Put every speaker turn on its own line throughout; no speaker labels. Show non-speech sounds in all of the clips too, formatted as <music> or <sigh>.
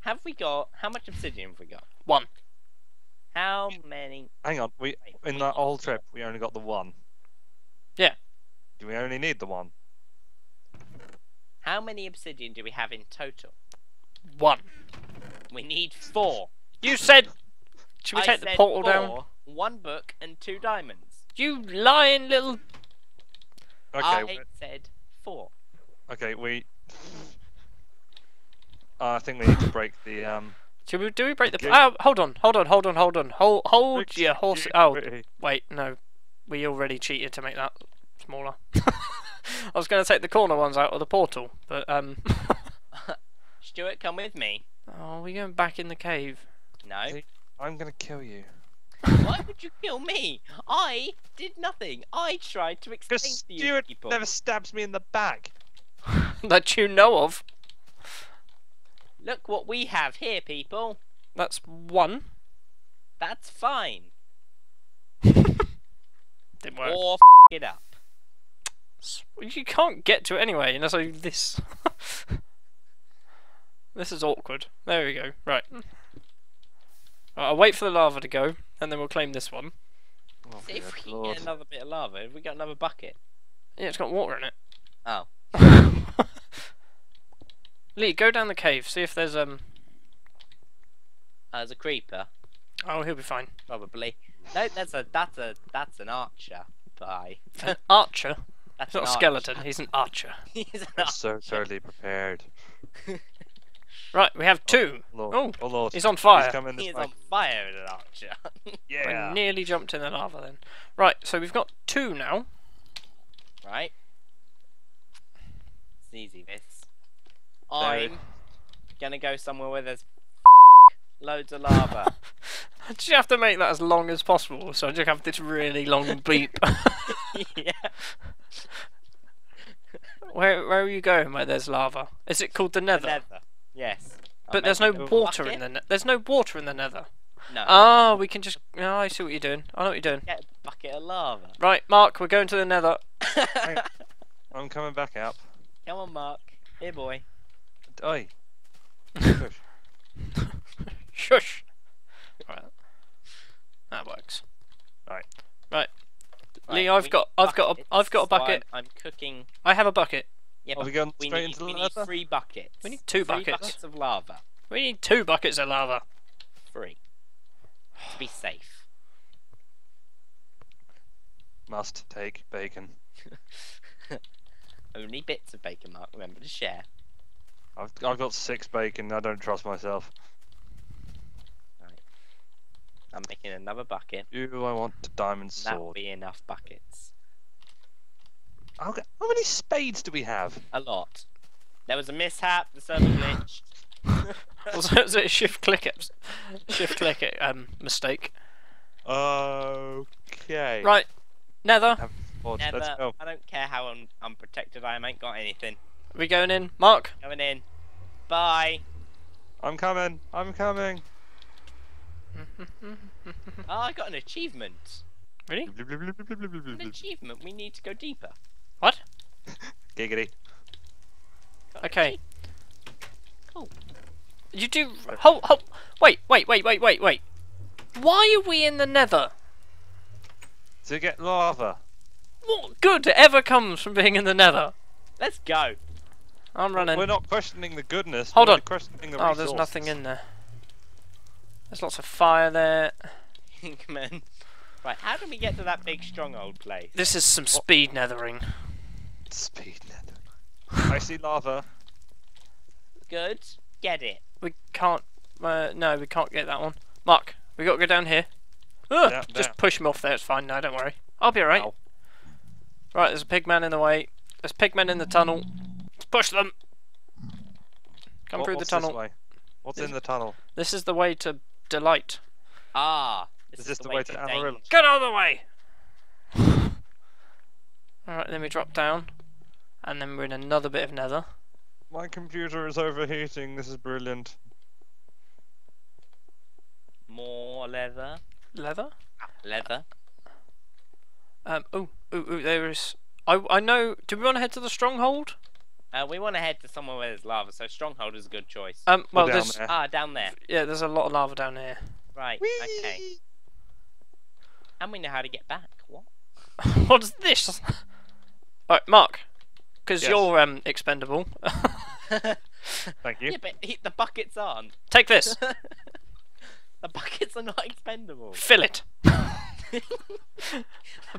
have we got? How much obsidian have we got?
One.
How many?
Hang on, we
wait,
in
we
that
need
whole
to-
trip we only got the one.
Yeah.
Do we only need the one?
How many obsidian do we have in total?
One.
We need four.
You said. Should we
I
take the
said
portal down?
four, One book and two diamonds.
You lying little.
Okay.
I said four.
we- Okay. We. uh, I think we need to break the um.
Should we, do we break the?
Okay.
Oh, hold on, hold on, hold on, hold on, hold, hold your horse. Oh,
Wait,
wait, no, we already cheated to make that smaller. <laughs> I was going to take the corner ones out of the portal, but um, <laughs>
Stuart, come with me.
oh, we're going back in the cave. <laughs>
No.
Hey. I'm gonna kill you.
Why would you kill me? I did nothing. I tried to explain
Because
to you
Stuart
people.
never stabs me in the back.
that you know of.
Look what we have here, people.
That's one. <laughs>
That's fine.
Didn't work.
Or f- it up.
You can't get to it anyway, unless I do this. <laughs> this is awkward. There we go. Right. right. I'll wait for the lava to go, and then we'll claim this one.
Oh,
See if
good
we can
lord.
get another bit of lava. Have we got another bucket?
Yeah, it's got water in it.
Oh.
<laughs> Lee, go down the cave. See if there's um.
As a creeper,
Oh, he'll be fine.
probably. No, that's a that's a that's an archer. Bye. <laughs>
An archer.
That's
He's not a
an arch-
skeleton. He's an archer.
<laughs> He's an
I'm
arch-
<laughs>
so totally prepared.
<laughs>
Right, we have two.
Lord.
Oh,
oh lord.
he's on fire.
He's coming this
He's
way.
on fire as an archer. <laughs>
Yeah.
I nearly jumped in the lava then. Right, so we've got two now.
right? It's easy, this.
Very-
I'm gonna go somewhere where there's <laughs> loads of
<laughs>
lava. <laughs>
Just have to make that as long as possible, so I just have this really long beep.
yeah.
where where are you going? Where there's lava? Is it called the Nether?
Nether. Yes. I'll
But there's no
make a little
water in the
bucket.
ne- there's no water in the Nether.
No.
Ah, we can just. Oh, I see what you're doing. I know what you're doing.
Get a bucket of lava.
Right, Mark, we're going to
<laughs>
the Nether.
I'm coming back up.
Come on, Mark. Here, boy.
Oi. Push.
Shush. Right. That works.
Right.
Right.
Right,
Lee, I've
we
got,
need
I've got, a, I've got a
buckets, so
bucket.
I'm, I'm cooking.
I have a bucket.
Yeah,
Are we
but
going
we
straight
need,
into the
we need
leather?
three buckets.
We need two
three
buckets.
buckets of lava.
We need two buckets of lava.
Three. To be
<laughs>
safe.
Must take bacon.
Only bits of bacon, Mark. Remember to share.
I've, I've got six bacon. I don't trust myself.
I'm making another bucket.
You, I want a diamond
That'll
sword.
be enough buckets.
How, ca- how many spades do we have?
A lot. There was a mishap. The
<sighs>
server glitched.
<laughs> Also, is it a shift click it? Shift click it. Um, mistake.
Okay.
Right. Nether.
Have forge. Let's
Never.
go.
I don't care how un- unprotected I am. I ain't got anything.
We going in, Mark?
Coming in.
<laughs>
Bye.
I'm coming. I'm coming.
Oh, I got an achievement.
Really?
An
Giggity.
achievement. We need to go deeper.
What?
Got an
Okay.
Cool.
You do. Hold, hold. Wait, wait, wait, wait, wait, wait. Why are we in the Nether?
To get lava.
What good ever comes from being in the Nether?
Let's go. <laughs>
I'm running.
We're not questioning the goodness.
Hold
we're
on.
Questioning the
oh, there's nothing in there. There's lots of fire there.
Come on. Right, how do we get to that big stronghold place?
This is some speed nethering.
Speed nether.
<sighs>
I see lava.
Good. Get it.
We can't. Uh, no, we can't get that one. Mark, we gotta go down here. Ugh,
Yeah,
just
there.
push him off there. It's fine. No, don't worry. I'll be alright.
Ow.
Right, there's a pig man in the way. There's pig men in the tunnel. Push them. Come
What-
through the
what's
tunnel.
This way? What's
This-
in the tunnel?
This is the way to delight.
Ah. This
Is this the way to Amarillo?
danger.
Get out of the way! <sighs> Alright, then we drop down. And then we're in another bit of nether.
My computer is overheating. This is brilliant.
More leather. Ah,
Leather?
Leather.
Um, ooh, ooh, ooh, there is. I, I know. Do we want to head to the stronghold?
Uh, we want to head to somewhere where there's lava, so stronghold is a good choice.
Um, well,
down
there's
there.
ah, down there.
yeah, there's a lot of lava down here. <laughs>
Right. Okay.
Whee!
And we know how to get back. What?
What's this? <laughs> All right, Mark, because
Yes.
you're um expendable. <laughs>
Thank you.
Yeah, but he, the buckets aren't. <laughs>
Take this,
The buckets are not
<laughs>
expendable.
fill it. <laughs>
The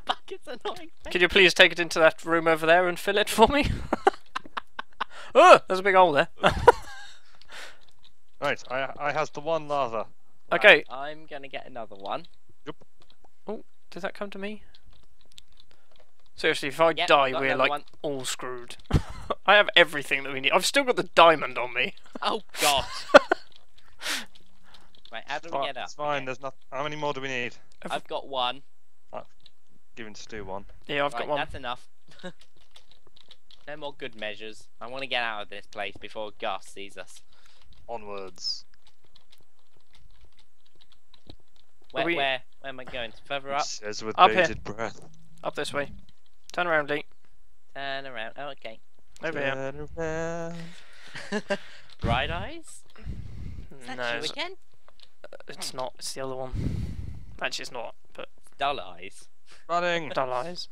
buckets are not expendable.
Could you please take it into that room over there and fill it for me? <laughs> oh, there's a big hole there. <laughs>
Right, I I has the one lava.
Right,
okay,
I'm gonna get another one.
Does that come to me? Seriously, if I
Yep,
die,
got
we're
another
like
one.
all screwed. <laughs> I have everything that we need. I've still got the diamond on me.
Oh
<laughs>
god. right, how do we
Fi-
get up?
It's fine.
Okay,
There's not. How many more do we need?
I've got one.
Giving Stu one.
Yeah, I've
right,
got one.
That's enough. <laughs> no more good measures. I want to get out of this place before Gus sees us.
Onwards.
Where,
we-
where, where am I going? Further
He
<laughs>
up?
Says with
Up here.
bated breath.
Up this way. Turn around, Lee.
Turn around. Oh,
<laughs>
okay.
Over here.
Turn around.
Bright eyes? Is that
No,
you
it's,
again?
it's not. It's the other one. Actually, it's not. But
Dull eyes.
Running.
dull eyes.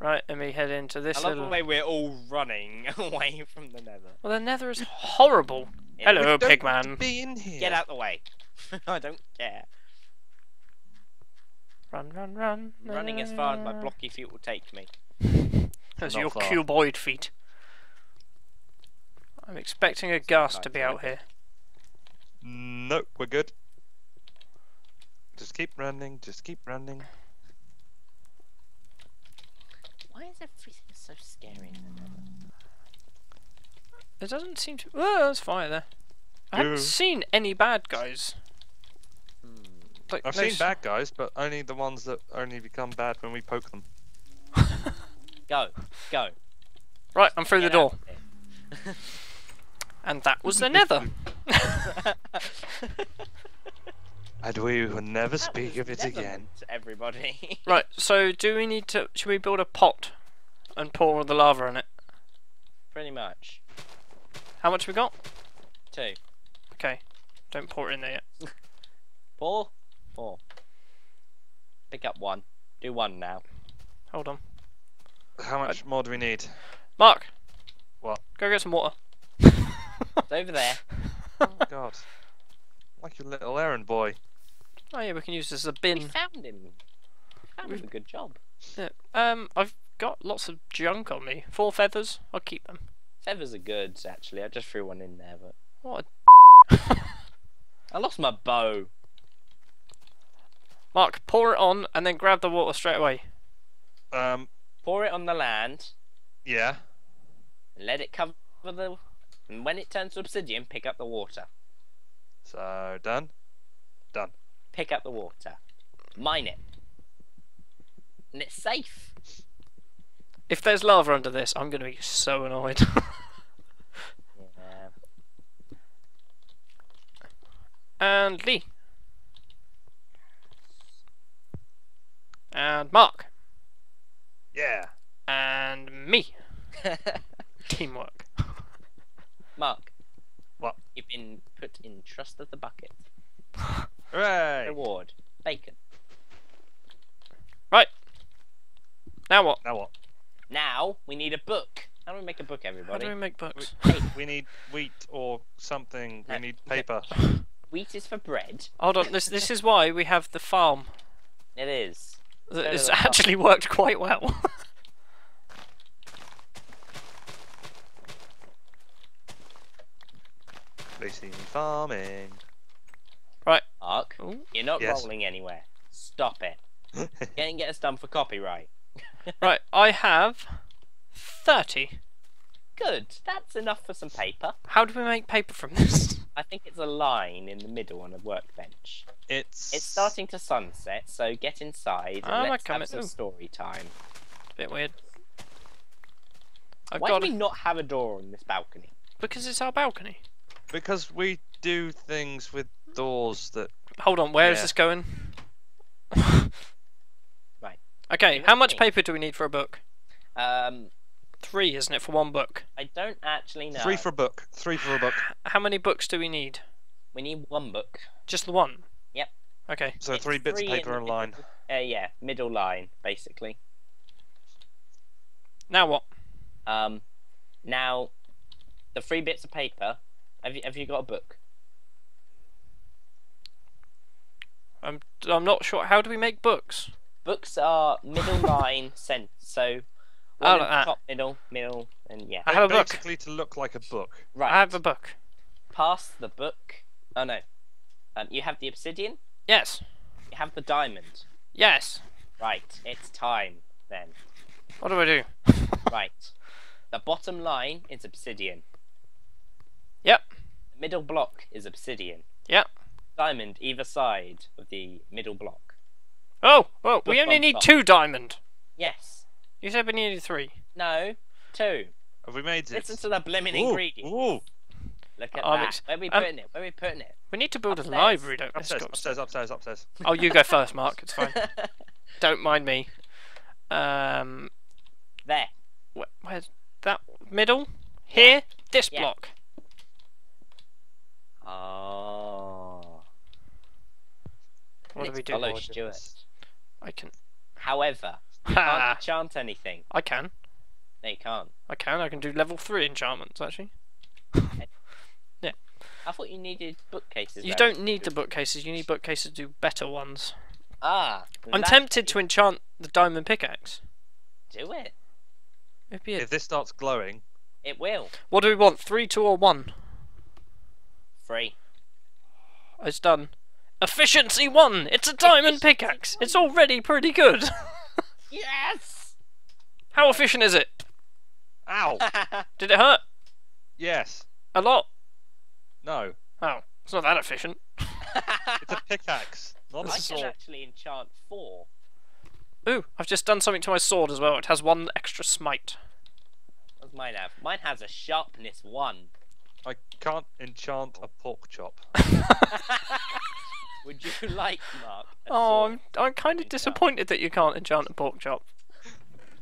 Right, and we head into this
I love
little.
the way we're all running <laughs> away from the nether.
Well, the Nether is horrible.
Yeah.
Hello,
We don't
pig
want to
man.
Be in here.
Get out the way. <laughs> I don't care.
Run, run, run.
Running as far as
Uh.
my blocky feet will take me.
Not
Those are your
far.
cuboid feet. I'm expecting a ghast to be out here.
Nope, we're good. Just keep running. Just keep running.
Why is everything so scary in the nether?
There doesn't seem to. Oh, there's fire there. I haven't
Yeah.
seen any bad guys.
Hmm.
Like,
I've
no
seen
s-
bad guys, but only the ones that only become bad when we poke them.
Go, go.
<laughs> Right, I'm through the
get out
door,
of here.
and that
<laughs>
was the Nether. <laughs>
<laughs>
And we will never
That
speak
was
of it
Netherlands,
again.
Everybody. <laughs>
Right, so do we need to? Should we build a pot and pour all the lava in it?
Pretty much.
How much we got?
Two.
Okay, don't pour it in there yet.
Four. Four. Pick up one. Do one now.
Hold on,
How much more do we need?
Mark.
What?
Go get some water.
It's over there.
Oh God! Like your little errand boy.
Oh yeah, we can use this as a
We
Hmm.
bin.
found him. Found him. Good job.
Yeah, Um, I've got lots of junk on me. Four feathers. I'll keep them.
Feathers are good, actually. I just threw one in there, but
What? A...
I lost my bow.
<laughs> Mark, pour it on and then grab the water straight away.
Um,
Pour it on the land.
yeah.
and Let it cover the. And when it turns to obsidian, pick up the water.
So done.
Pick up the water. Mine it. And it's safe.
If there's lava under this, I'm gonna be so annoyed. <laughs>
Yeah.
and Lee. And Mark.
Yeah.
And me. <laughs>
<laughs>
Teamwork.
Mark.
What?
You've been put in trust of the bucket.
Hooray!
Reward. Bacon.
Now what?
Now what?
Now we need a book. How do we make a book,
How do
everybody?
we make books? <laughs>
We need wheat or something.
No.
We need paper.
Wheat is for bread.
Hold on. This this is why we have the farm.
It is.
That
Yeah,
has
the farm.
actually worked quite well. <laughs>
Basically farming. <laughs>
Mark,
Ooh.
you're not
Yes.
rolling anywhere. Stop it. You ain't get us done for copyright.
right. I have thirty.
Good. That's enough for some paper.
How do we make paper from this? <laughs>
I think it's a line in the middle on a workbench.
it's.
It's starting to sunset, so get inside and
Ah,
let's
come
have
in-
some
ooh.
story time.
Bit weird. I've
Why
got
do we
a-
not have a door on this balcony?
because it's our balcony.
because we do things with doors that
Hold on, where is
Yeah.
this going?
<laughs> Right.
Okay,
Give it
how
to
much
me.
paper do we need for a book?
Um,
Three, isn't it, for one book?
I don't actually know.
Three for a book. Three for a book.
How many books do we need?
We need one book.
Just the one?
Yep.
Okay.
So
It's
three bits of
three in
paper
the
and line.
Uh, yeah, middle line basically.
Now what?
Um, now, the three bits of paper. Have you, have you got a book?
I'm I'm not sure. How do we make books?
Books are
<laughs>
middle line sent. So
Oh,
one at
like
the
that.
top, middle, middle, and yeah.
I have a book.
Basically, to look like a book.
Right.
I have a book.
Pass the book. Oh no. Um, you have the obsidian.
Yes.
You have the diamond.
Yes.
Right. It's time
<laughs>
then.
What do I do?
Right. The bottom line is obsidian.
Yep.
The middle block is obsidian.
Yep.
Diamond either side of the middle block.
Oh, well, we
Book
only
on
need
top.
two diamond.
Yes.
You said we needed three.
No. Two.
Have we made it?
Listen to the blimmin'
Ooh,
ingredients.
ooh.
Look at
I'm
that.
ex-
Where we
I'm-
putting it? Where we putting it?
We need to build a
Upstairs.
library, don't
Upstairs,
we?
upstairs, upstairs, upstairs.
Oh, you
<laughs>
go first, Mark. It's fine. don't mind me. Um,
there.
wh- where's that middle? Here, this
Yeah.
block.
Oh.
What do
It's
we do?
Follow
Lord?
Stuart.
I can.
However,
Ha!
can't chant anything.
<laughs> I can.
They can't.
I can. I can do level three enchantments actually.
I thought you needed bookcases.
You
though.
don't need the bookcases. You need bookcases to do better ones.
Ah.
I'm
that-
tempted to enchant the diamond pickaxe.
Do it.
It'd be
If
it.
this starts glowing,
It will.
What do we want? Three, two, or one?
Free.
It's done. Efficiency one. It's a diamond pickaxe. It's already pretty good. <laughs>
Yes.
How efficient is it?
<laughs>
ow!
Did it hurt?
yes.
A lot.
No.
Oh, it's not that efficient.
It's a pickaxe. Not a
Ah. I can
sword.
actually enchant four.
Ooh, I've just done something to my sword as well. It has one extra smite.
What does mine have? Mine has a sharpness one.
I can't enchant a pork chop.
Would you <laughs> like, Mark? a
Oh,
sword?
I'm, I'm kind of disappointed that you can't enchant a pork chop.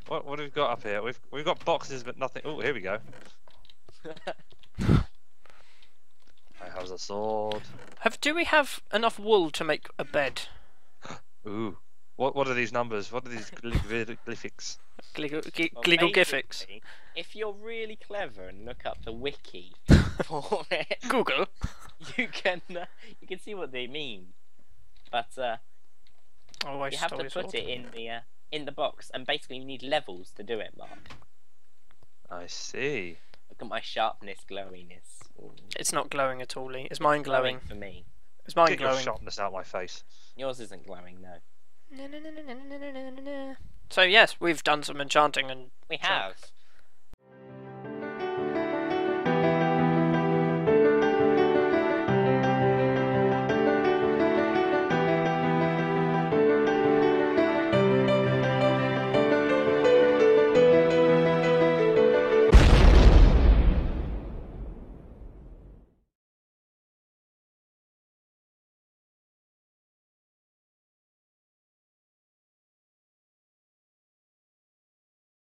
What, what have we got up here? We've we've got boxes, but nothing. Oh, here we go.
<laughs>
I have a sword.
Have do we have enough wool to make a bed?
Ooh. What what are these numbers? What are these glyphics?
Gliggle,
Well,
giffics.
basically, If you're really clever and look up the wiki <laughs> for it,
Google.
you can uh, you can see what they mean. But uh,
Oh, I
you have
stole
to
your
put
sword.
it in the uh, in the box, and basically you need levels to do it, Mark.
I see.
Look at my sharpness, glowiness. Ooh,
It's not glowing at all, Lee. It's mine glowing.
for me.
It's mine
Get your
glowing.
sharpness out of my face.
Yours isn't glowing, no.
So yes, we've done some enchanting and
We have.